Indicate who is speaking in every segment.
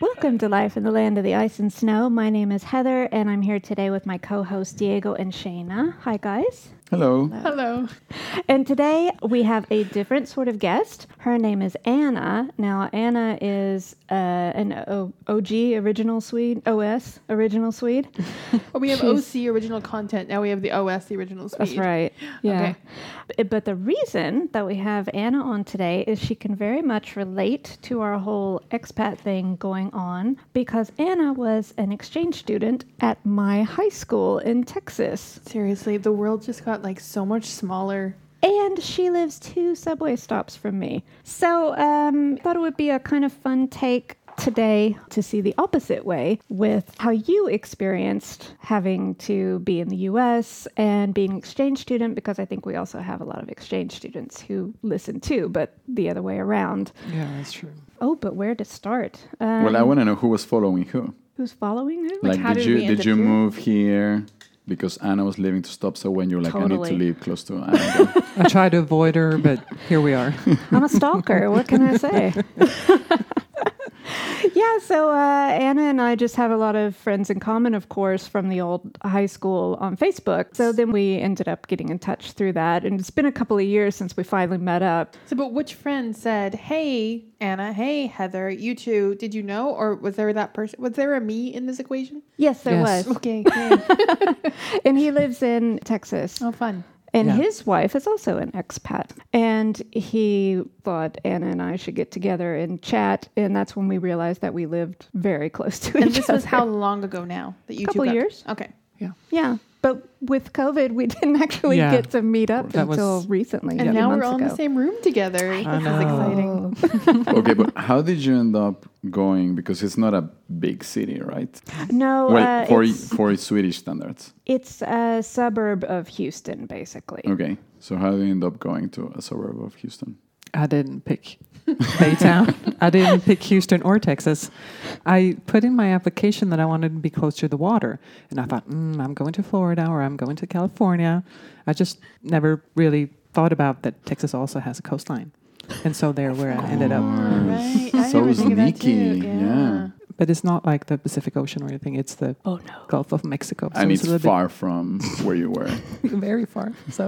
Speaker 1: Welcome to Life in the Land of the Ice and Snow. My name is Heather, and I'm here today with my co hosts Diego and Shayna. Hi, guys.
Speaker 2: Hello.
Speaker 3: Hello.
Speaker 1: And today we have a different sort of guest. Her name is Anna. Now, Anna is uh, an o- OG original Swede, OS original Swede.
Speaker 3: Well, we have
Speaker 1: She's-
Speaker 3: OC original content. Now we have the OS, the original speed.
Speaker 1: That's right. Yeah. B- But the reason that we have Anna on today is she can very much relate to our whole expat thing going on because Anna was an exchange student at my high school in Texas.
Speaker 3: Seriously, the world just got like so much smaller.
Speaker 1: And she lives two subway stops from me. So um, thought it would be a kind of fun take today to see the opposite way with how you experienced having to be in the US and being an exchange student, because I think we also have a lot of exchange students who listen too, but the other way around.
Speaker 2: Yeah, that's true.
Speaker 1: Oh, but where to start? Um,
Speaker 2: Well, I want to know who was following who.
Speaker 1: who's following who?
Speaker 2: Like,
Speaker 3: how
Speaker 2: did
Speaker 3: did
Speaker 2: you
Speaker 3: we end
Speaker 2: did
Speaker 3: up
Speaker 2: you
Speaker 3: here?
Speaker 2: move here because Anna was leaving to stop? So when you're like, I
Speaker 1: Totally.
Speaker 2: need to leave close to Anna. again."
Speaker 4: I tried to avoid her, but here we are.
Speaker 1: I'm a stalker. what can I say? yeah, so uh, Anna and I just have a lot of friends in common, of course, from the old high school on Facebook. So then we ended up getting in touch through that. And it's been a couple of years since we finally met up.
Speaker 3: So, but which friend said, "Hey, Anna. Hey, Heather. You two. Did you know, or was there that person? Was there a me in this equation?
Speaker 1: Yes, there
Speaker 4: Yes.
Speaker 1: was.
Speaker 3: Okay. okay.
Speaker 1: And he lives in Texas.
Speaker 3: oh, fun.
Speaker 1: And
Speaker 4: Yeah.
Speaker 1: his wife is also an expat. And he thought Anna and I should get together and chat. And that's when we realized that we lived very close to each other.
Speaker 3: And this was how long ago now that you
Speaker 1: Couple
Speaker 3: two got-
Speaker 1: years.
Speaker 3: Okay.
Speaker 1: Yeah, but with COVID, we didn't actually
Speaker 4: Yeah.
Speaker 1: get to meet up
Speaker 4: That was- Oh.
Speaker 1: until recently. a
Speaker 3: And
Speaker 1: few
Speaker 3: now we're
Speaker 1: months
Speaker 3: all in
Speaker 1: ago.
Speaker 3: the same room together. This
Speaker 4: I
Speaker 3: is
Speaker 4: know.
Speaker 3: exciting.
Speaker 2: okay, but how did you end up going? Because it's not a big city, right?
Speaker 1: No,
Speaker 2: well,
Speaker 1: uh,
Speaker 2: for
Speaker 1: it's,
Speaker 2: for Swedish standards.
Speaker 1: it's a suburb of Houston, basically.
Speaker 2: Okay, so how did you end up going to a suburb of Houston?
Speaker 4: I didn't pick Baytown. I didn't pick Houston or Texas. I put in my application that I wanted to be close to the water. And I thought, mm, I'm going to Florida or I'm going to California. I just never really thought about that Texas also has a coastline. And so there where I ended up.
Speaker 3: Right. I
Speaker 2: So
Speaker 3: never think of that too.
Speaker 2: sneaky, yeah.
Speaker 4: But it's not like the Pacific Ocean or anything. It's the
Speaker 1: Oh no.
Speaker 4: Gulf of Mexico. So
Speaker 2: and
Speaker 4: it's
Speaker 2: it's
Speaker 4: a little bit
Speaker 2: far from where you were.
Speaker 4: very far. So,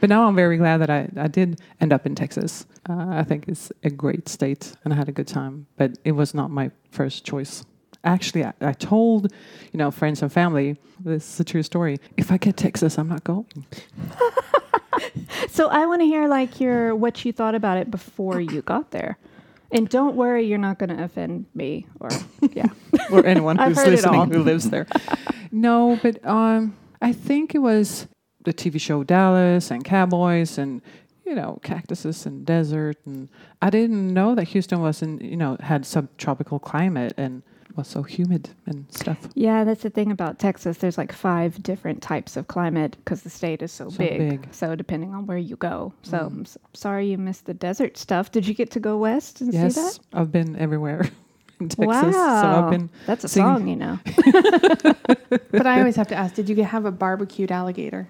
Speaker 4: but now I'm very glad that I, I did end up in Texas. Uh, I think it's a great state, and I had a good time. But it was not my first choice. Actually, I, I told, you know, friends and family, this is a true story. If I get Texas, I'm not going.
Speaker 1: So I want to hear like your what you thought about it before you got there, and don't worry, you're not going to offend me or yeah.
Speaker 4: or anyone
Speaker 1: I've
Speaker 4: who's
Speaker 1: heard it all.
Speaker 4: listening who lives there. no, but um, I think it was the TV show Dallas and Cowboys and you know cactuses and desert and I didn't know that Houston was in you know had subtropical climate and was so humid and stuff.
Speaker 1: Yeah, that's the thing about Texas. There's like five different types of climate because the state is so,
Speaker 4: So
Speaker 1: big.
Speaker 4: big. Mm.
Speaker 1: So depending on where you go. So I'm s- sorry you missed the desert stuff. Did you get to go west and see that?
Speaker 4: yes, I've been everywhere in Texas, so
Speaker 1: Wow.
Speaker 4: I've been
Speaker 1: That's a
Speaker 4: seeing-
Speaker 1: song, you know.
Speaker 3: But I always have to ask: Did you have a barbecued alligator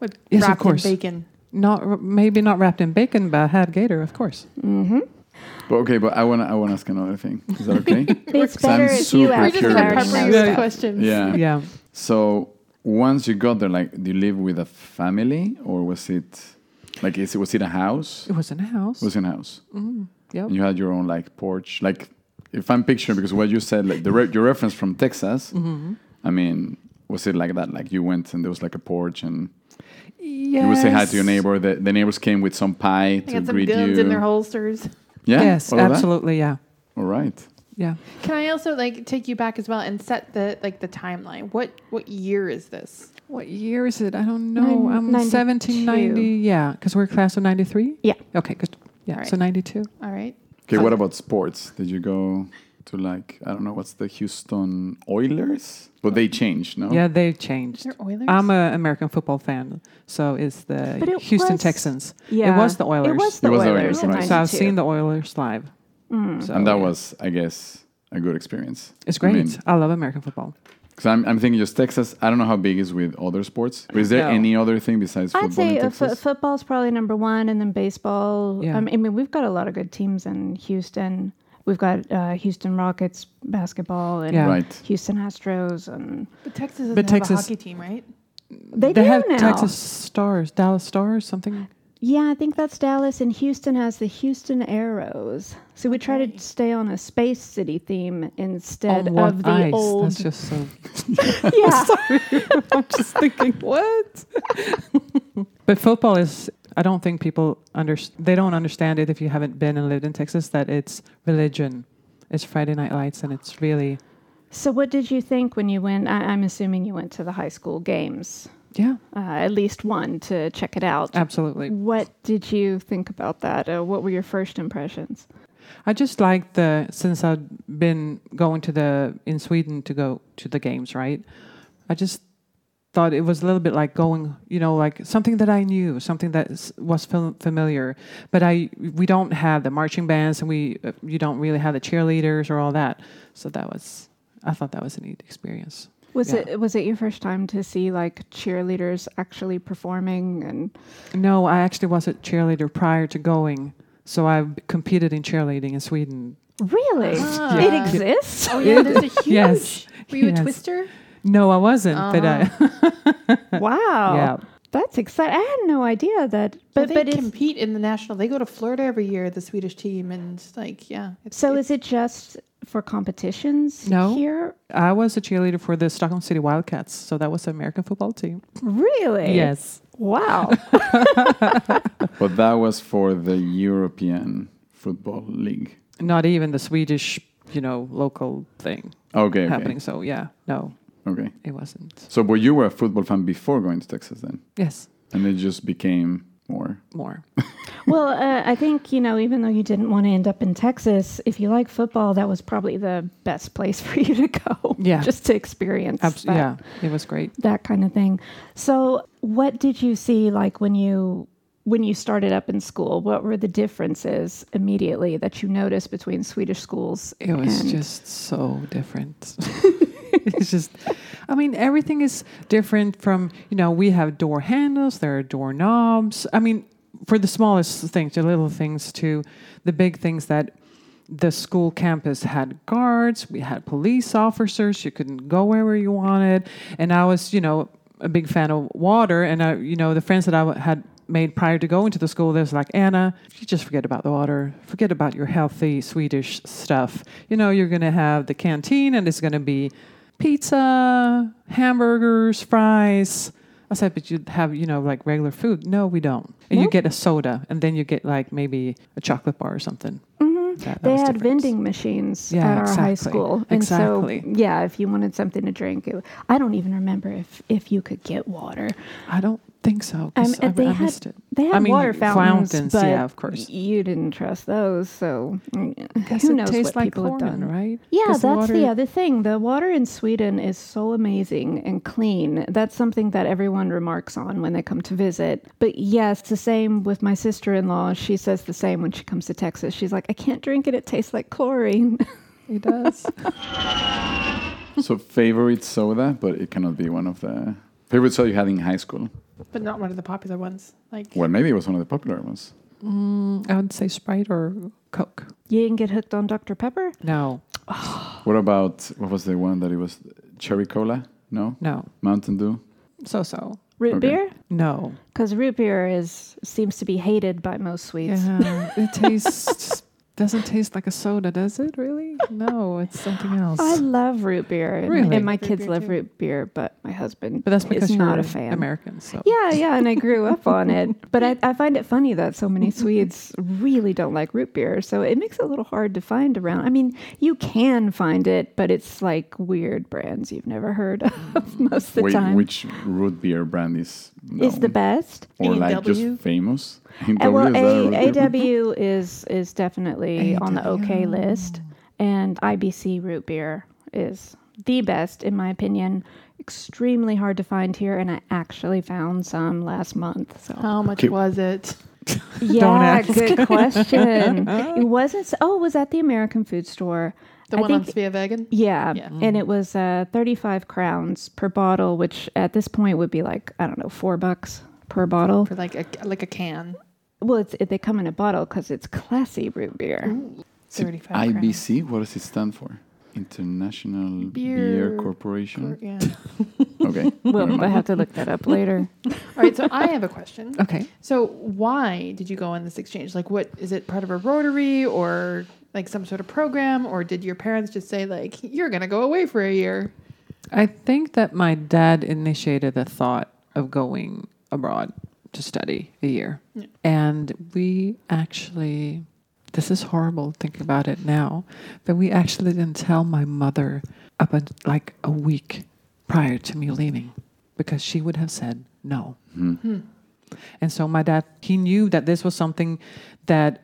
Speaker 3: with
Speaker 4: Yes, of
Speaker 3: wrapped
Speaker 4: course.
Speaker 3: in bacon?
Speaker 4: not maybe not wrapped in bacon, but I had gator, of course.
Speaker 2: but okay, but I wanna I wanna ask another thing. Is that okay?
Speaker 1: It's
Speaker 2: I'm
Speaker 1: better if you
Speaker 2: super
Speaker 3: We're
Speaker 1: ask
Speaker 3: just
Speaker 2: Sure. curious.
Speaker 3: gonna
Speaker 1: Larry
Speaker 3: pepper
Speaker 1: Snow
Speaker 3: you
Speaker 4: Yeah.
Speaker 3: with
Speaker 1: stuff.
Speaker 3: questions.
Speaker 2: yeah.
Speaker 4: yeah.
Speaker 2: So once you got there, like, do you live with a family or was it like is it was it a house?
Speaker 4: It was in a house.
Speaker 2: It was in a house.
Speaker 3: Mm.
Speaker 4: yep.
Speaker 2: And you had your own like porch. Like if I'm picturing because what you said, like the re- your reference from Texas.
Speaker 3: Mm-hmm.
Speaker 2: I mean, was it like that? Like you went and there was like a porch and you would say hi to your
Speaker 4: Yes.
Speaker 2: neighbor. The, the neighbors came with some pie
Speaker 3: They
Speaker 2: to
Speaker 3: got some
Speaker 2: greet
Speaker 3: guns
Speaker 2: you.
Speaker 3: in their holsters.
Speaker 2: yeah.
Speaker 4: Yes,
Speaker 2: all of that?
Speaker 4: absolutely. Yeah.
Speaker 2: All right.
Speaker 4: Yeah.
Speaker 3: Can I also like take you back as well and set the like the timeline? What what year is this?
Speaker 4: What year is it? I don't know.
Speaker 1: Nine-
Speaker 4: I'm 1790.
Speaker 1: 92.
Speaker 4: Yeah, because we're class of 93?
Speaker 1: Yeah.
Speaker 4: Okay, good. Yeah,
Speaker 3: All right.
Speaker 4: so 92.
Speaker 3: All right.
Speaker 2: Okay. What about sports? Did you go to like I don't know what's the Houston Oilers? But they changed, no?
Speaker 4: Yeah, they changed.
Speaker 3: They're Oilers.
Speaker 4: I'm an American football fan, so is the
Speaker 1: But it
Speaker 4: Houston
Speaker 1: was-
Speaker 4: Texans.
Speaker 1: Yeah.
Speaker 4: It was the Oilers.
Speaker 1: It was the Mm.
Speaker 2: It was the
Speaker 1: Oilers
Speaker 2: Oilers,
Speaker 1: in
Speaker 2: right.
Speaker 4: so
Speaker 1: 92.
Speaker 4: I've seen the Oilers live. So
Speaker 2: and that was, I guess, a good experience.
Speaker 4: It's
Speaker 2: I
Speaker 4: great. I,
Speaker 2: mean,
Speaker 4: love American football.
Speaker 2: 'cause I'm, I'm thinking just Texas. I don't know how big is with other sports. But is there
Speaker 4: No.
Speaker 2: any other thing besides football
Speaker 1: I'd say
Speaker 2: in
Speaker 1: uh, fo-
Speaker 2: Texas?
Speaker 1: football's probably number one, and then baseball.
Speaker 4: Yeah.
Speaker 1: Um, I mean, we've got a lot of good teams in Houston. We've got uh, Houston Rockets basketball and
Speaker 4: Yeah.
Speaker 2: Right.
Speaker 1: Houston Astros, and
Speaker 3: But Texas doesn't
Speaker 4: But Texas-
Speaker 3: have a hockey team, right?
Speaker 1: they,
Speaker 4: they
Speaker 1: do
Speaker 4: have
Speaker 1: now.
Speaker 4: Texas Stars, Dallas Stars, something.
Speaker 1: Yeah, I think that's Dallas, and Houston has the Houston Arrows. So we try to stay on a space city theme instead
Speaker 4: on one
Speaker 1: of the
Speaker 4: ice.
Speaker 1: old.
Speaker 4: That's just so.
Speaker 1: yeah,
Speaker 4: I'm just thinking what. but football is. I don't think people under. They don't understand it if you haven't been and lived in Texas. That it's religion. It's Friday Night Lights, and it's really
Speaker 1: So, what did you think when you went? I, I'm assuming you went to the high school games,
Speaker 4: yeah,
Speaker 1: uh, at least one to check it out.
Speaker 4: absolutely.
Speaker 1: what did you think about that? Uh, what were your first impressions?
Speaker 4: I just like the since I've been going to the in Sweden to go to the games, right? I just thought it was a little bit like going, you know, like something that I knew, something that s- was fam- familiar. But I we don't have the marching bands, and we uh, you don't really have the cheerleaders or all that. So that was I thought that was a neat experience.
Speaker 1: Was
Speaker 4: Yeah.
Speaker 1: it was it your first time to see like cheerleaders actually performing? And
Speaker 4: No, I actually was a cheerleader prior to going, so I competed in cheerleadling in Sweden.
Speaker 1: really,
Speaker 3: Ah.
Speaker 1: it
Speaker 3: Yeah.
Speaker 1: exists.
Speaker 3: Oh yeah, there's a huge.
Speaker 4: Yes.
Speaker 3: Were you
Speaker 4: Yes.
Speaker 3: a twister?
Speaker 4: No, I wasn't, but I
Speaker 1: Wow,
Speaker 4: yeah.
Speaker 1: that's exciting. I had no idea that. But
Speaker 3: But,
Speaker 1: but
Speaker 3: they
Speaker 1: it's,
Speaker 3: compete in the national. They go to Florida every year, the Swedish team, and like yeah. It's,
Speaker 1: so is it just for competitions
Speaker 4: No.
Speaker 1: here?
Speaker 4: I was a cheerleader for the Stockholm City Wildcats, so that was the American football team.
Speaker 1: Really?
Speaker 4: Yes.
Speaker 1: Wow.
Speaker 2: But that was for the European Football League.
Speaker 4: Not even the Swedish, you know, local thing
Speaker 2: Okay, okay.
Speaker 4: happening. So yeah, no,
Speaker 2: Okay.
Speaker 4: it wasn't.
Speaker 2: So, but you were a football fan before going to Texas then?
Speaker 4: Yes,
Speaker 2: And it just became more.
Speaker 4: more.
Speaker 1: Well, uh, I think, you know, even though you didn't want to end up in Texas, if you like football, that was probably the best place for you to go.
Speaker 4: Yeah.
Speaker 1: Just to experience
Speaker 4: Abs-
Speaker 1: that,
Speaker 4: yeah, it was great.
Speaker 1: that kind of thing. So, what did you see like when you when you started up in school? What were the differences immediately that you noticed between Swedish schools?
Speaker 4: It was
Speaker 1: and-
Speaker 4: just so different. it's just, I mean, everything is different from, you know, we have door handles, there are door knobs. I mean, for the smallest things, the little things to the big things that the school campus had guards, we had police officers, you couldn't go wherever you wanted. And I was, you know, a big fan of water. And I, you know, the friends that I w- had made prior to going to the school, there's like Anna, you just forget about the water, forget about your healthy Swedish stuff. You know, you're gonna have the canteen, and it's gonna be pizza, hamburgers, fries. I said, but you have, you know, like regular food. No, we don't. And you
Speaker 1: No.
Speaker 4: get a soda, and then you get like maybe a chocolate bar or something.
Speaker 1: Mhm.
Speaker 4: That- that
Speaker 1: They
Speaker 4: was
Speaker 1: had
Speaker 4: different.
Speaker 1: vending machines
Speaker 4: Yeah,
Speaker 1: at our high
Speaker 4: exactly.
Speaker 1: school, and
Speaker 4: Exactly.
Speaker 1: so yeah, if you wanted something to drink, it, I don't even remember if if you could get water.
Speaker 4: I don't think so. 'cause
Speaker 1: Um,
Speaker 4: I,
Speaker 1: they
Speaker 4: I
Speaker 1: had-
Speaker 4: missed it.
Speaker 1: They had
Speaker 4: I mean,
Speaker 1: water fountains,
Speaker 4: fountains,
Speaker 1: but
Speaker 4: yeah, of course.
Speaker 1: You didn't trust those, so mm,
Speaker 4: Because
Speaker 1: who
Speaker 4: it
Speaker 1: knows
Speaker 4: tastes
Speaker 1: what
Speaker 4: like
Speaker 1: people
Speaker 4: chlorine,
Speaker 1: have done.
Speaker 4: right?
Speaker 1: Yeah,
Speaker 4: 'Cause
Speaker 1: that's the,
Speaker 4: water-
Speaker 1: other thing. The water in Sweden is so amazing and clean. That's something that everyone remarks on when they come to visit. But yes, it's the same with my sister in law. She says the same when she comes to Texas. She's like, I can't drink it. It tastes like chlorine.
Speaker 4: It does.
Speaker 2: so, favorite soda, but it cannot be one of the favorite soda you had in high school.
Speaker 3: but not one of the popular ones. Like
Speaker 2: Well, maybe it was one of the popular ones.
Speaker 4: Mm, I would say Sprite or Coke.
Speaker 1: you didn't get hooked on Dr. Pepper?
Speaker 4: No,
Speaker 2: What about, what was the one that it was? Cherry Cola? No?
Speaker 4: no,
Speaker 2: Mountain Dew?
Speaker 4: so so.
Speaker 1: Root
Speaker 2: Okay.
Speaker 1: beer?
Speaker 4: No,
Speaker 1: Because root beer is seems to be hated by most
Speaker 4: Uh-huh.
Speaker 1: Swedes.
Speaker 4: yeah, it tastes doesn't taste like a soda, does it? Really? No, it's something else.
Speaker 1: I love root beer, and,
Speaker 4: Really?
Speaker 1: and my
Speaker 3: Root
Speaker 1: kids
Speaker 3: beer
Speaker 1: love
Speaker 3: too.
Speaker 1: root beer, but my husband
Speaker 4: but that's because
Speaker 1: is
Speaker 4: you're
Speaker 1: not a fan.
Speaker 4: American. So
Speaker 1: Yeah, yeah, and I grew up on it, but I, I find it funny that so many Swedes really don't like root beer, so it makes it a little hard to find around. I mean, you can find it, but it's like weird brands you've never heard of most of the
Speaker 2: Wait,
Speaker 1: time.
Speaker 2: Which root beer brand is,
Speaker 1: is the
Speaker 2: known?
Speaker 1: best?
Speaker 2: Or like
Speaker 3: A&W?
Speaker 2: just famous?
Speaker 1: Uh, well,
Speaker 2: is that a root beer?
Speaker 1: AW is is definitely on the okay list, and IBC root beer is the best in my opinion. Extremely hard to find here, and I actually found some last month. So
Speaker 3: how much
Speaker 2: Okay.
Speaker 3: was it?
Speaker 1: yeah,
Speaker 4: ask.
Speaker 1: good question. it wasn't. s- Oh, it was at the American Food Store.
Speaker 3: The
Speaker 1: I
Speaker 3: one on
Speaker 1: think-
Speaker 3: Svea Vegan.
Speaker 1: yeah,
Speaker 3: Yeah.
Speaker 1: and it was uh, 35 crowns per bottle, which at this point would be like I don't know four bucks per bottle.
Speaker 3: for like a like a can.
Speaker 1: Well, it's, it, they come in a bottle because it's classy root beer.
Speaker 2: See,
Speaker 3: 35
Speaker 2: IBC, what does it stand for? International Beer,
Speaker 3: Beer
Speaker 2: Corporation.
Speaker 3: Yeah.
Speaker 2: Okay. never
Speaker 1: Well, I
Speaker 2: mind.
Speaker 1: have to look that up later.
Speaker 3: All right. So I have a question.
Speaker 4: Okay.
Speaker 3: So why did you go on this exchange? Like, what is it part of a Rotary or like some sort of program, or did your parents just say like you're gonna go away for a year?
Speaker 4: I think that my dad initiated the thought of going abroad to study a year. And we actually, this is horrible thinking about it now, but we actually didn't tell my mother up at like a week prior to me leaving because she would have said no. And so my dad, he knew that this was something that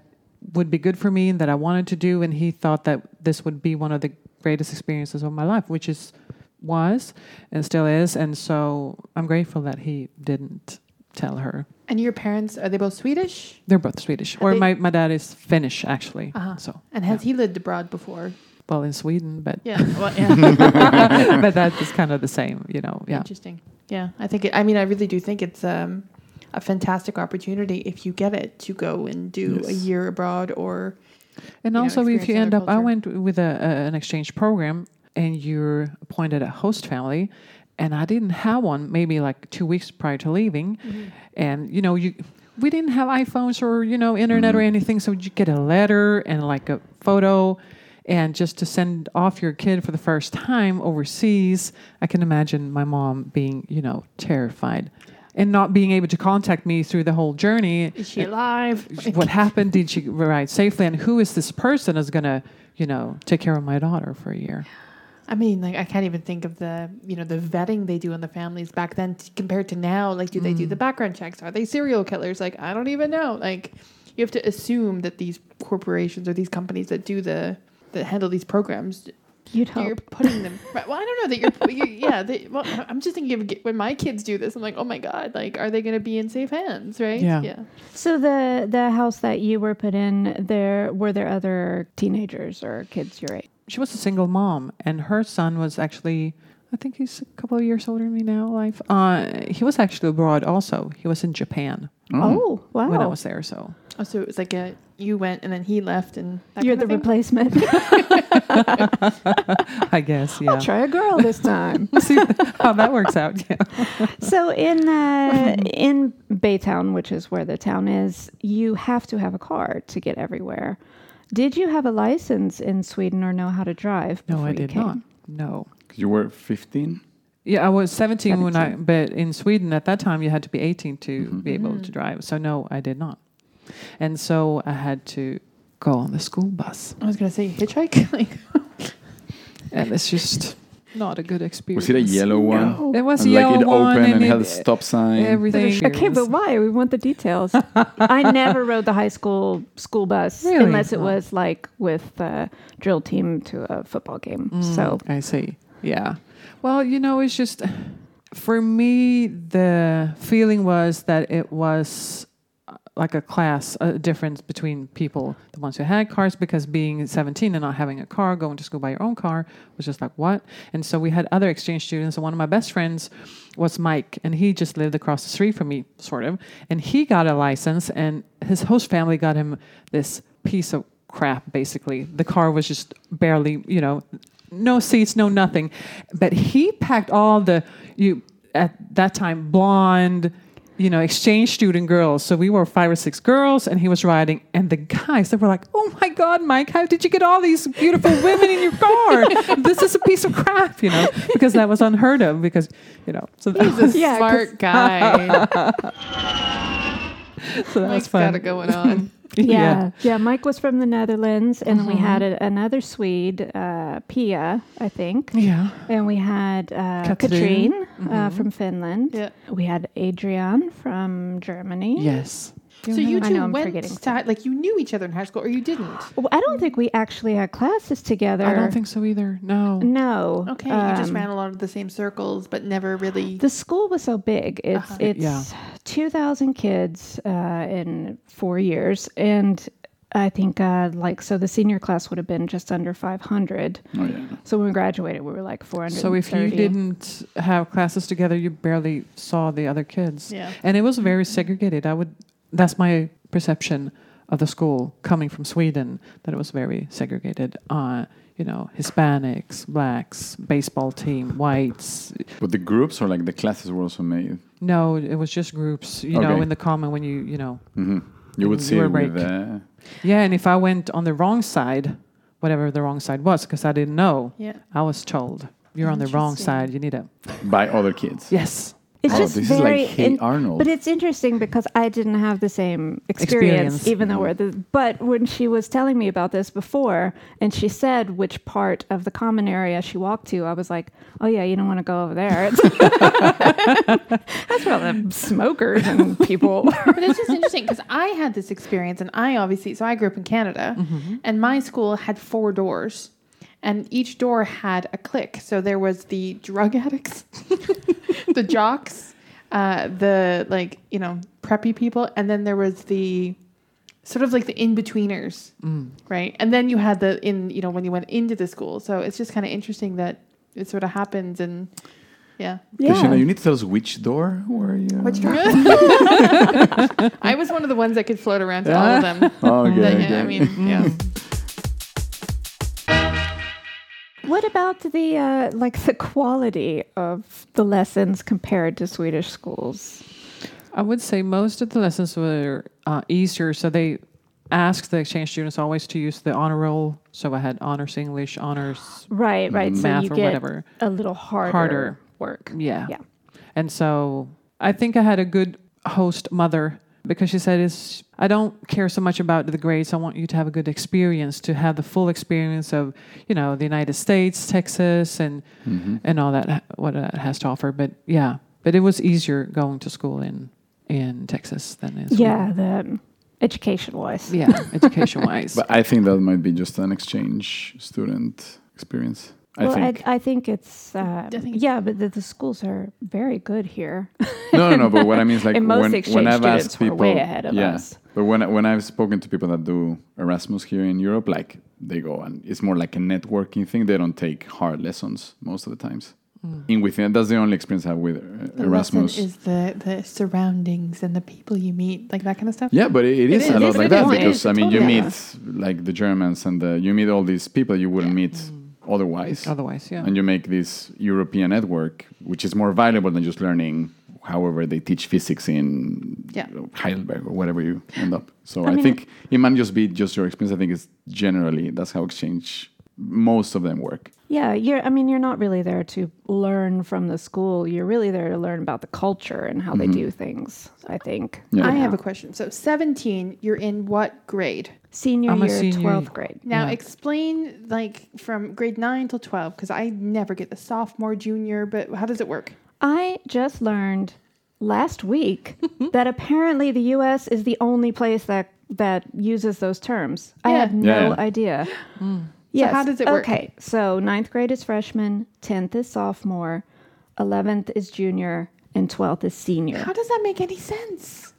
Speaker 4: would be good for me and that I wanted to do. And he thought that this would be one of the greatest experiences of my life, which is was and still is. And so I'm grateful that he didn't tell her.
Speaker 3: And your parents are they both Swedish?
Speaker 4: They're both Swedish, or
Speaker 3: they- Uh-huh.
Speaker 4: my, my dad is Finnish actually. So
Speaker 3: And has he lived abroad before?
Speaker 4: well in Sweden, but
Speaker 3: Yeah. Well, yeah.
Speaker 4: but that is kind of the same, you know. Yeah,
Speaker 3: Interesting. Yeah. I think. It, I mean, I really do think it's um, a fantastic opportunity if you get it to go and do a
Speaker 2: Yes.
Speaker 3: year abroad or you
Speaker 4: and
Speaker 3: know,
Speaker 4: also if you
Speaker 3: experience
Speaker 4: end
Speaker 3: other
Speaker 4: up, I
Speaker 3: culture.
Speaker 4: went with a, a, an exchange program, and you're appointed a host family. And I didn't have one maybe like two weeks prior to leaving,
Speaker 3: Mm-hmm.
Speaker 4: and you know you we didn't have iPhones or you know internet or anything, so you get a letter and like a photo, and just to send off your kid for the first time overseas. I can imagine my mom being you know terrified, and not being able to contact me through the whole journey
Speaker 3: is she alive?
Speaker 4: what happened? Did she arrive safely? And who is this person that's gonna, you know, take care of my daughter for a year?
Speaker 3: I mean, like I can't even think of the you know the vetting they do on the families back then t- compared to now. Like, do they do the background checks? Are they serial killers? Like, I don't even know. Like, you have to assume that these corporations or these companies that do the that handle these programs,
Speaker 1: You'd
Speaker 3: you're
Speaker 1: hope.
Speaker 3: putting them. Right, well, I don't know that you're. you yeah, they, well, I'm just thinking of when my kids do this. I'm like, oh my god, like, are they going to be in safe hands? Right?
Speaker 4: Yeah.
Speaker 3: Yeah.
Speaker 1: So the the house that you were put in, there were there other teenagers or kids your age?
Speaker 4: She was a single mom, and her son was actually, I think he's a couple of years older than me now. Life. Uh, he was actually abroad. Also, he was in Japan
Speaker 1: Oh, wow!
Speaker 4: when I was there. So
Speaker 3: Oh, so it was like a you went and then he left and that
Speaker 1: You're
Speaker 3: kind
Speaker 1: the
Speaker 3: of thing?
Speaker 1: replacement.
Speaker 4: I guess, yeah.
Speaker 1: I'll try a girl this time.
Speaker 4: See how that works out. Yeah.
Speaker 1: so in uh, in Baytown, which is where the town is, you have to have a car to get everywhere. Did you have a license in Sweden or know how to drive?
Speaker 4: No,
Speaker 1: before
Speaker 4: I
Speaker 1: you
Speaker 4: did
Speaker 1: came?
Speaker 4: not. No.
Speaker 2: You were 15?
Speaker 4: Yeah, I was 17, when I, but in Sweden at that time you had to be 18 to be able to drive. So no, I did not. And so I had to go on the school bus.
Speaker 3: I was going to say hitchhike. Like,
Speaker 4: And it's just not a good experience.
Speaker 2: Was it a yellow one?
Speaker 1: Oh,
Speaker 4: It was a
Speaker 2: And,
Speaker 4: yellow
Speaker 2: like it
Speaker 4: one.
Speaker 2: opened and it
Speaker 4: it-
Speaker 2: had a stop sign.
Speaker 4: Everything.
Speaker 1: Okay, but why? We want the details. I never rode the high school school bus
Speaker 4: Really?
Speaker 1: unless it
Speaker 4: Oh.
Speaker 1: was like with the drill team to a football game.
Speaker 4: Mm.
Speaker 1: So
Speaker 4: I see. Yeah. Well, you know, it's just for me the feeling was that it was uh, like a class a difference between people the ones who had cars because being 17 and not having a car going to school by your own car was just like what and so we had other exchange students and one of my best friends was mike and he just lived across the street from me sort of and he got a license and his host family got him this piece of crap basically the car was just barely you know no seats no nothing but he packed all the you at that time blonde you know exchange student girls so we were five or six girls and he was riding and the guys they were like oh my god mike how did you get all these beautiful women in your car this is a piece of crap you know because that was unheard of because you know so that was,
Speaker 1: Yeah, 'cause-
Speaker 3: smart guy.
Speaker 4: so that was
Speaker 3: Mike's
Speaker 4: fun
Speaker 3: got it going on.
Speaker 1: Yeah. yeah, Mike was from the Netherlands, and then we had a, another Swede, uh, Pia, I think,
Speaker 4: yeah
Speaker 1: and we had uh,
Speaker 4: Katrin.
Speaker 1: Katrine uh, from Finland.
Speaker 3: Yeah.
Speaker 1: We had Adrian from Germany.
Speaker 4: yes
Speaker 3: So you
Speaker 1: I
Speaker 3: two
Speaker 1: know, I'm
Speaker 3: went
Speaker 1: forgetting
Speaker 3: to, like you knew each other in high school, or you didn't?
Speaker 1: Well, I don't think we actually had classes together.
Speaker 4: i don't think so either no
Speaker 1: No.
Speaker 3: Okay, you just
Speaker 1: Um,
Speaker 3: ran a lot of the same circles, but never really.
Speaker 1: The school was so big. It's it's
Speaker 4: Uh-huh. Yeah.
Speaker 1: 2,000 kids uh, in four years, and I think uh, like so the senior class would have been just under 500.
Speaker 2: Oh, yeah.
Speaker 1: So when we graduated, we were like 400.
Speaker 4: So if you didn't have classes together, you barely saw the other kids.
Speaker 3: Yeah.
Speaker 4: And it was very segregated. I would that's my perception of the school coming from Sweden that it was very segregated. Uh, you know, Hispanics, blacks, baseball team, whites.
Speaker 2: But the groups or like the classes were also made.
Speaker 4: No, it was just groups. You know,
Speaker 2: Okay.
Speaker 4: in the common when you you know
Speaker 2: hmm You would
Speaker 4: Mm,
Speaker 2: see
Speaker 4: you were
Speaker 2: it with.
Speaker 4: right.
Speaker 2: Uh,
Speaker 4: Yeah, and if I went on the wrong side, whatever the wrong side was, because I didn't know,
Speaker 3: Yeah.
Speaker 4: I was told you're on the wrong
Speaker 3: Interesting.
Speaker 4: side. You need a
Speaker 2: by other kids.
Speaker 4: yes
Speaker 1: It's
Speaker 2: Oh,
Speaker 1: just
Speaker 2: this is
Speaker 1: very
Speaker 2: like Hey
Speaker 1: in-
Speaker 2: Arnold.
Speaker 1: But it's interesting because I didn't have the same experience,
Speaker 4: Experience. Mm-hmm.
Speaker 1: even though we're the. But when she was telling me about this before, and she said which part of the common area she walked to, I was like, "Oh yeah, you don't want to go over there." It's- That's where the smokers and people. were.
Speaker 3: But it's just interesting because I had this experience, and I obviously, so I grew up in Canada, and my school had four doors, and each door had a clique. So there was the drug addicts, the jocks, uh, the like, you know, preppy people, and then there was the sort of like the in betweeners, right? And then you had the in, you know, when you went into the school. So it's just kind of interesting that it sort of happens, and yeah.
Speaker 2: Christina, you need to tell us which door were you?
Speaker 3: Which door? I was one of the ones that could float around to all of them.
Speaker 2: Oh, okay,
Speaker 3: But, yeah,
Speaker 2: okay.
Speaker 3: I mean, yeah.
Speaker 1: What about the uh, like the quality of the lessons compared to Swedish schools?
Speaker 4: I would say most of the lessons were uh, easier. So they asked the exchange students always to use the honor roll. So I had honors English, honors.
Speaker 1: Right, right. so
Speaker 4: Math
Speaker 1: you
Speaker 4: or
Speaker 1: get
Speaker 4: whatever.
Speaker 1: a little harder,
Speaker 4: Harder.
Speaker 1: work.
Speaker 4: Yeah.
Speaker 1: Yeah.
Speaker 4: And so I think I had a good host mother because she said, it's, I don't care so much about the grades. I want you to have a good experience, to have the full experience of, you know, the United States, Texas, and
Speaker 1: Mm-hmm.
Speaker 4: and all that, what it has to offer. But yeah, but it was easier going to school in in Texas than in
Speaker 1: Yeah,
Speaker 4: Sweden.
Speaker 1: the education wise.
Speaker 4: Yeah, education wise.
Speaker 2: But I think that might be just an exchange student experience. I
Speaker 1: well,
Speaker 2: think.
Speaker 1: I, I think it's uh,
Speaker 3: think-
Speaker 1: yeah, but the, the schools are very good here.
Speaker 2: no, no, no. But what I mean is like
Speaker 1: And most
Speaker 2: when, when
Speaker 1: exchange
Speaker 2: I've
Speaker 1: students
Speaker 2: asked
Speaker 1: were
Speaker 2: people,
Speaker 1: way ahead of
Speaker 2: yeah,
Speaker 1: us.
Speaker 2: But when I- when I've spoken to people that do Erasmus here in Europe, like they go and it's more like a networking thing. They don't take hard lessons most of the times. In within that's the only experience I have with uh,
Speaker 3: The
Speaker 2: Erasmus.
Speaker 3: lesson is the, the surroundings and the people you meet, like that kind of stuff.
Speaker 2: Yeah, but it, it is,
Speaker 3: is,
Speaker 2: a
Speaker 3: it
Speaker 2: lot
Speaker 3: is,
Speaker 2: like
Speaker 3: it
Speaker 2: that
Speaker 3: is, it
Speaker 2: because
Speaker 3: is,
Speaker 2: I mean, you
Speaker 3: totally.
Speaker 2: meet like the Germans and the, you meet all these people you wouldn't meet otherwise,
Speaker 4: Otherwise, yeah.
Speaker 2: and you make this European network, which is more valuable than just learning. However, they teach physics in
Speaker 3: Yeah.
Speaker 2: Heidelberg or whatever you end up. So
Speaker 1: I
Speaker 2: I,
Speaker 1: mean,
Speaker 2: think it might just be just your experience. I think it's generally that's how exchange most of them work.
Speaker 1: Yeah, you're. I mean, you're not really there to learn from the school. You're really there to learn about the culture and how they do things. I think.
Speaker 2: Mm-hmm. Yeah.
Speaker 3: I have a question. So, 17, you're in what grade?
Speaker 1: Senior
Speaker 4: I'm a
Speaker 1: year,
Speaker 4: senior.
Speaker 1: twelfth grade.
Speaker 3: Now, explain like from grade 9 till 12, because I never get the sophomore, junior, but how does it work?
Speaker 1: I just learned last week that apparently the U.S. is the only place that that uses those terms. I
Speaker 3: Yeah. Hmm.
Speaker 1: had no
Speaker 2: Yeah.
Speaker 1: idea. Yes.
Speaker 3: how does it work?
Speaker 1: Okay, so ninth grade is freshman, tenth is sophomore, eleventh is junior, and twelfth is senior.
Speaker 3: How does that make any sense?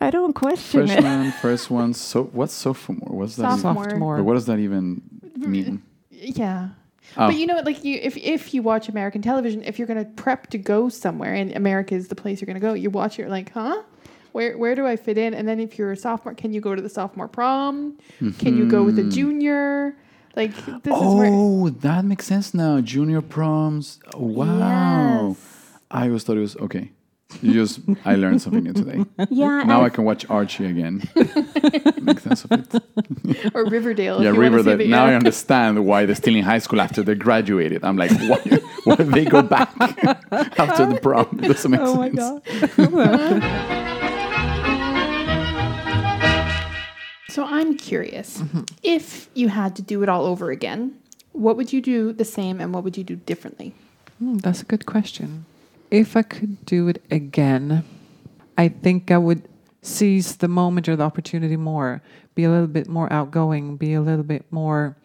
Speaker 1: I don't question it.
Speaker 2: Freshman, first one. So what's sophomore? What's that? even-
Speaker 3: Sophomore.
Speaker 2: Or
Speaker 4: Sophomore.
Speaker 2: what does that even mean?
Speaker 3: Yeah.
Speaker 2: Oh.
Speaker 3: But you know what? Like you, if if you watch American television, if you're gonna prep to go somewhere, and America is the place you're gonna go, you watch it. You're like, huh? Where where do I fit in? And then if you're a sophomore, can you go to the sophomore prom? Can you go with a junior? Like this is where.
Speaker 2: Mm-hmm. Oh, that makes sense now. Junior proms. Wow. I always thought it was okay. You just I learned something new today.
Speaker 1: Yeah,
Speaker 2: Now
Speaker 1: I-
Speaker 2: I can watch Archie again. Make sense of it.
Speaker 3: Or Riverdale.
Speaker 2: Yeah,
Speaker 3: if you wanna
Speaker 2: River.
Speaker 3: see
Speaker 2: That
Speaker 3: the-
Speaker 2: now I
Speaker 3: yeah.
Speaker 2: understand why they're still in high school after they graduated. I'm like, why? Why did they go back after the prom? It doesn't make
Speaker 3: Oh
Speaker 2: sense.
Speaker 3: So I'm curious.
Speaker 2: Mm-hmm.
Speaker 3: If you had to do it all over again, what would you do the same, and what would you do differently?
Speaker 4: Hmm, that's a good question. If I could do it again, I think I would seize the moment or the opportunity more, be a little bit more outgoing, be a little bit more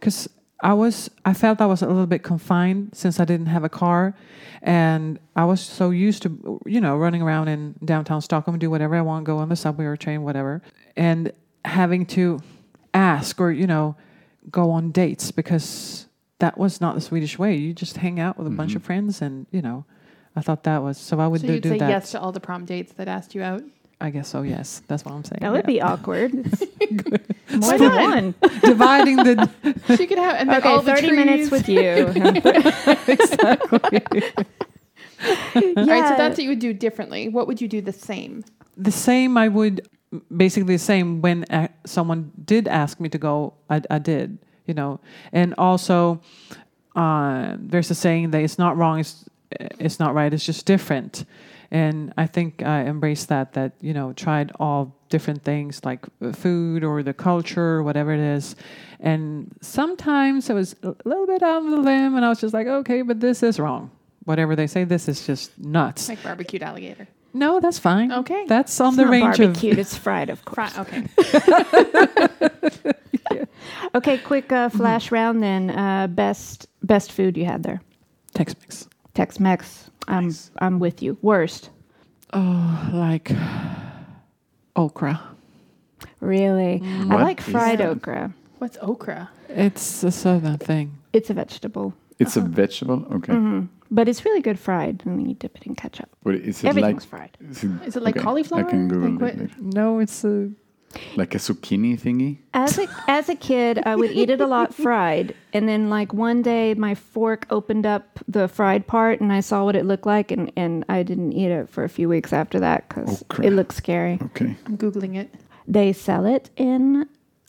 Speaker 4: cuz I was I felt I was a little bit confined since I didn't have a car and I was so used to you know running around in downtown Stockholm do whatever I want, go on the subway or train whatever and having to ask or you know go on dates because that was not the Swedish way. You just hang out with a bunch of friends and you know I thought that was so I would
Speaker 3: So
Speaker 4: do,
Speaker 3: you'd
Speaker 4: do
Speaker 3: say
Speaker 4: that.
Speaker 3: yes to all the prom dates that asked you out.
Speaker 4: I guess so. Yes, that's what I'm saying.
Speaker 1: That would be awkward. It's more
Speaker 3: Why
Speaker 1: than
Speaker 3: not?
Speaker 1: one.
Speaker 4: be dividing the
Speaker 3: She could have and then
Speaker 1: Okay,
Speaker 3: all the
Speaker 1: 30
Speaker 3: trees.
Speaker 1: minutes with you.
Speaker 3: All right, so
Speaker 1: Yeah.
Speaker 3: that's what you would do differently. What would you do the same?
Speaker 4: the same. I would basically the same when uh, someone did ask me to go. I, I did, you know, and also uh, there's a saying that it's not wrong. It's it's not right. It's just different. And I think I embraced that. That you know, tried all different things like uh, food or the culture, whatever it is. And sometimes it was a little bit out of the limb, and I was just like, okay, but this is wrong. Whatever they say, this is just nuts.
Speaker 3: Like barbecued alligator.
Speaker 4: No, that's fine.
Speaker 3: Okay.
Speaker 4: That's on
Speaker 1: Oh. It's
Speaker 4: the
Speaker 1: not
Speaker 4: range
Speaker 1: barbecued,
Speaker 4: of.
Speaker 1: it's fried, of course.
Speaker 3: Fry, okay.
Speaker 1: Okay, quick uh, flash round then. Uh, best best food you had there?
Speaker 4: Tex Mex.
Speaker 1: Tex Mex. I'm I'm with you. Worst.
Speaker 4: Oh, like okra.
Speaker 1: Really? I
Speaker 2: What
Speaker 1: like
Speaker 2: is
Speaker 1: fried
Speaker 2: that?
Speaker 1: okra.
Speaker 3: What's okra?
Speaker 4: It's a southern thing.
Speaker 1: It's a vegetable,
Speaker 2: It's a vegetable. Okay,
Speaker 3: Mm-hmm.
Speaker 1: but it's really good fried. I mean, you dip it in ketchup.
Speaker 2: but is it like?
Speaker 1: Everything's fried.
Speaker 2: Is it,
Speaker 3: Is it like
Speaker 2: okay,
Speaker 3: cauliflower?
Speaker 2: I can Google
Speaker 3: Like what-
Speaker 2: it. later.
Speaker 4: No, it's a.
Speaker 2: Like a zucchini thingy.
Speaker 1: As a, as a kid, I would eat it a lot fried. And then, like, one day my fork opened up the fried part and I saw what it looked like. And, and I didn't eat it for a few weeks after that because
Speaker 2: Okra.
Speaker 1: it looked scary.
Speaker 2: Okay,
Speaker 3: I'm Googling it.
Speaker 1: They sell it in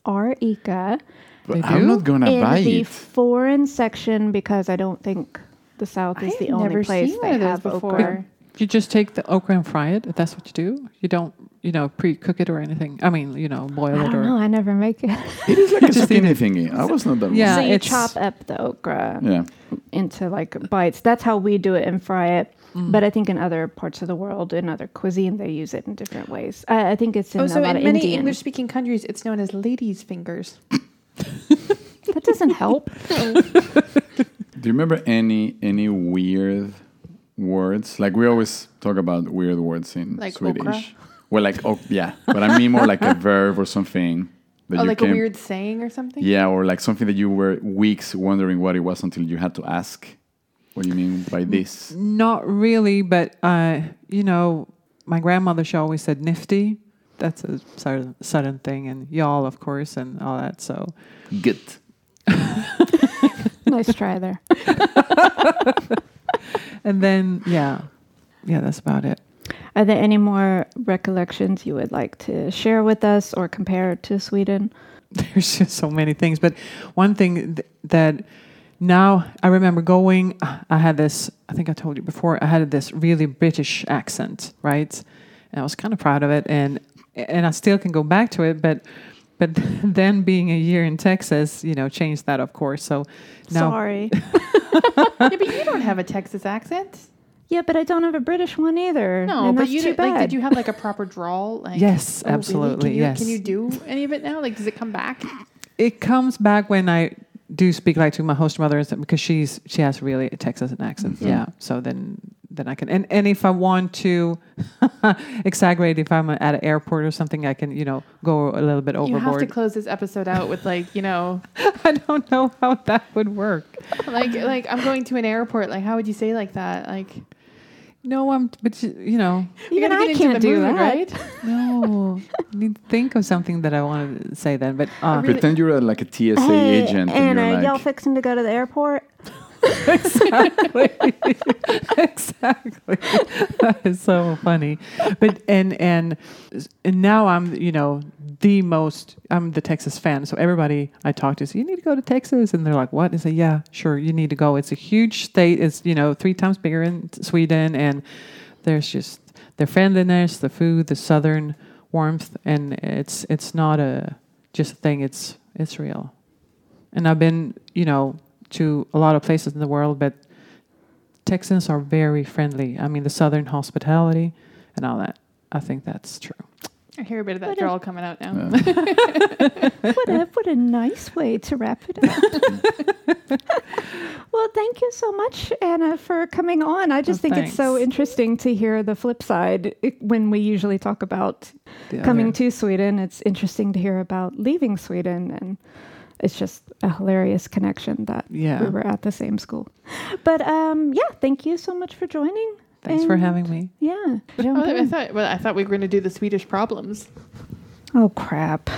Speaker 1: our Ica
Speaker 2: but
Speaker 4: They
Speaker 2: I'm
Speaker 4: do?
Speaker 2: not gonna
Speaker 1: in
Speaker 2: buy
Speaker 1: the
Speaker 2: it.
Speaker 1: foreign section because I don't think the South is
Speaker 3: I've
Speaker 1: the only
Speaker 3: never
Speaker 1: place
Speaker 3: seen
Speaker 1: they
Speaker 3: one of those
Speaker 1: have
Speaker 3: before.
Speaker 1: okra.
Speaker 4: You just take the okra and fry it. If that's what you do. You don't, you know, pre-cook it or anything. I mean, you know, boil
Speaker 1: I
Speaker 4: it
Speaker 1: don't
Speaker 4: or.
Speaker 1: know. I never make it.
Speaker 2: it is like a
Speaker 4: Just eat
Speaker 2: zucchini thingy. I was not that.
Speaker 4: Yeah,
Speaker 1: so you
Speaker 4: it's-
Speaker 1: chop up the okra
Speaker 2: Yeah.
Speaker 1: into like bites. That's how we do it and fry it.
Speaker 3: Mm-hmm.
Speaker 1: But I think in other parts of the world, in other cuisine, they use it in different ways. I, I think it's in
Speaker 3: Oh,
Speaker 1: a
Speaker 3: so
Speaker 1: lot
Speaker 3: in
Speaker 1: of
Speaker 3: many
Speaker 1: Indian.
Speaker 3: English speaking countries, it's known as ladies' fingers.
Speaker 1: That doesn't help.
Speaker 2: Do you remember any any weird words? Like we always talk about weird words in
Speaker 3: Like
Speaker 2: Swedish.
Speaker 3: okra?
Speaker 2: Well, like oh yeah, but I mean more like a verb or something. That
Speaker 3: Oh,
Speaker 2: you
Speaker 3: like a
Speaker 2: came-
Speaker 3: weird saying or something?
Speaker 2: Yeah, or like something that you were weeks wondering what it was until you had to ask. What do you mean by this?
Speaker 4: Not really, but uh, you know, my grandmother she always said nifty. That's a southern, southern thing, and y'all, of course, and all that. So
Speaker 3: Mm.
Speaker 2: Good.
Speaker 1: nice try there.
Speaker 4: And then, yeah, yeah, that's about it.
Speaker 1: Are there any more recollections you would like to share with us or compare to Sweden?
Speaker 4: There's just so many things. But one thing th- that now I remember going, I had this, I think I told you before, I had this really British accent, right? And I was kind of proud of it. And, and I still can go back to it, but. But then being a year in Texas, you know, changed that, of course. So now
Speaker 1: Sorry.
Speaker 3: yeah, but you don't have a Texas accent.
Speaker 1: yeah, but I don't have a British one either.
Speaker 3: No,
Speaker 1: and
Speaker 3: but
Speaker 1: that's
Speaker 3: you
Speaker 1: too
Speaker 3: did, like,
Speaker 1: bad.
Speaker 3: did you have like a proper drawl? Like, oh,
Speaker 4: Yes,
Speaker 3: really?
Speaker 4: absolutely,
Speaker 3: Can you,
Speaker 4: yes.
Speaker 3: Can you do any of it now? Like, does it come back?
Speaker 4: it comes back when I do speak like to my host mother and stuff, because she's she has really a Texas accent.
Speaker 3: Mm-hmm.
Speaker 4: Yeah. So then then I can and, and if I want to exaggerate if I'm at an airport or something, I can, you know, go a little bit
Speaker 3: You have to
Speaker 4: overboard.
Speaker 3: close this episode out with like, you know,
Speaker 4: I don't know how that would work.
Speaker 3: like like I'm going to an airport. Like, how would you say like that? Like,
Speaker 4: No, I'm but you, you know,
Speaker 1: Even
Speaker 3: gotta
Speaker 1: I
Speaker 3: get into
Speaker 1: can't
Speaker 3: the
Speaker 1: do
Speaker 3: mood,
Speaker 1: that.
Speaker 3: right?
Speaker 4: no. I need to think of something that I want to say then. But uh,
Speaker 3: Really?
Speaker 2: Pretend you're uh, like a TSA
Speaker 1: Hey,
Speaker 2: agent and
Speaker 1: Anna,
Speaker 2: you're
Speaker 1: y'all
Speaker 2: like,
Speaker 1: fixing to go to the airport?
Speaker 4: exactly. exactly. That is so funny. But and and and now I'm you know the most I'm the Texas fan. So everybody I talk to says you need to go to Texas, and they're like, what? I say, yeah, sure, you need to go. It's a huge state. It's you know three times bigger than Sweden, and there's just the friendliness, the food, the southern warmth, and it's it's not a just a thing. It's it's real and I've been, you know, to a lot of places in the world, but Texans are very friendly. I mean, the Southern hospitality and all that. I think that's true.
Speaker 3: I hear a bit of that
Speaker 1: What a-
Speaker 3: drawl coming out now.
Speaker 2: uh,
Speaker 1: What a, what a nice way to wrap it up. well, thank you so much, Anna, for coming on. I just
Speaker 4: Oh,
Speaker 1: think it's so
Speaker 4: thanks.
Speaker 1: interesting to hear the flip side It- when we usually talk about
Speaker 4: The
Speaker 1: coming
Speaker 4: other-
Speaker 1: to Sweden. It's interesting to hear about leaving Sweden and it's just a hilarious connection that
Speaker 4: Yeah.
Speaker 1: we were at the same school. But um, yeah, thank you so much for joining.
Speaker 4: Thanks for
Speaker 1: And-
Speaker 4: having me.
Speaker 1: Yeah.
Speaker 3: Oh, I thought well, I thought we were going to do the Swedish problems.
Speaker 1: Oh crap.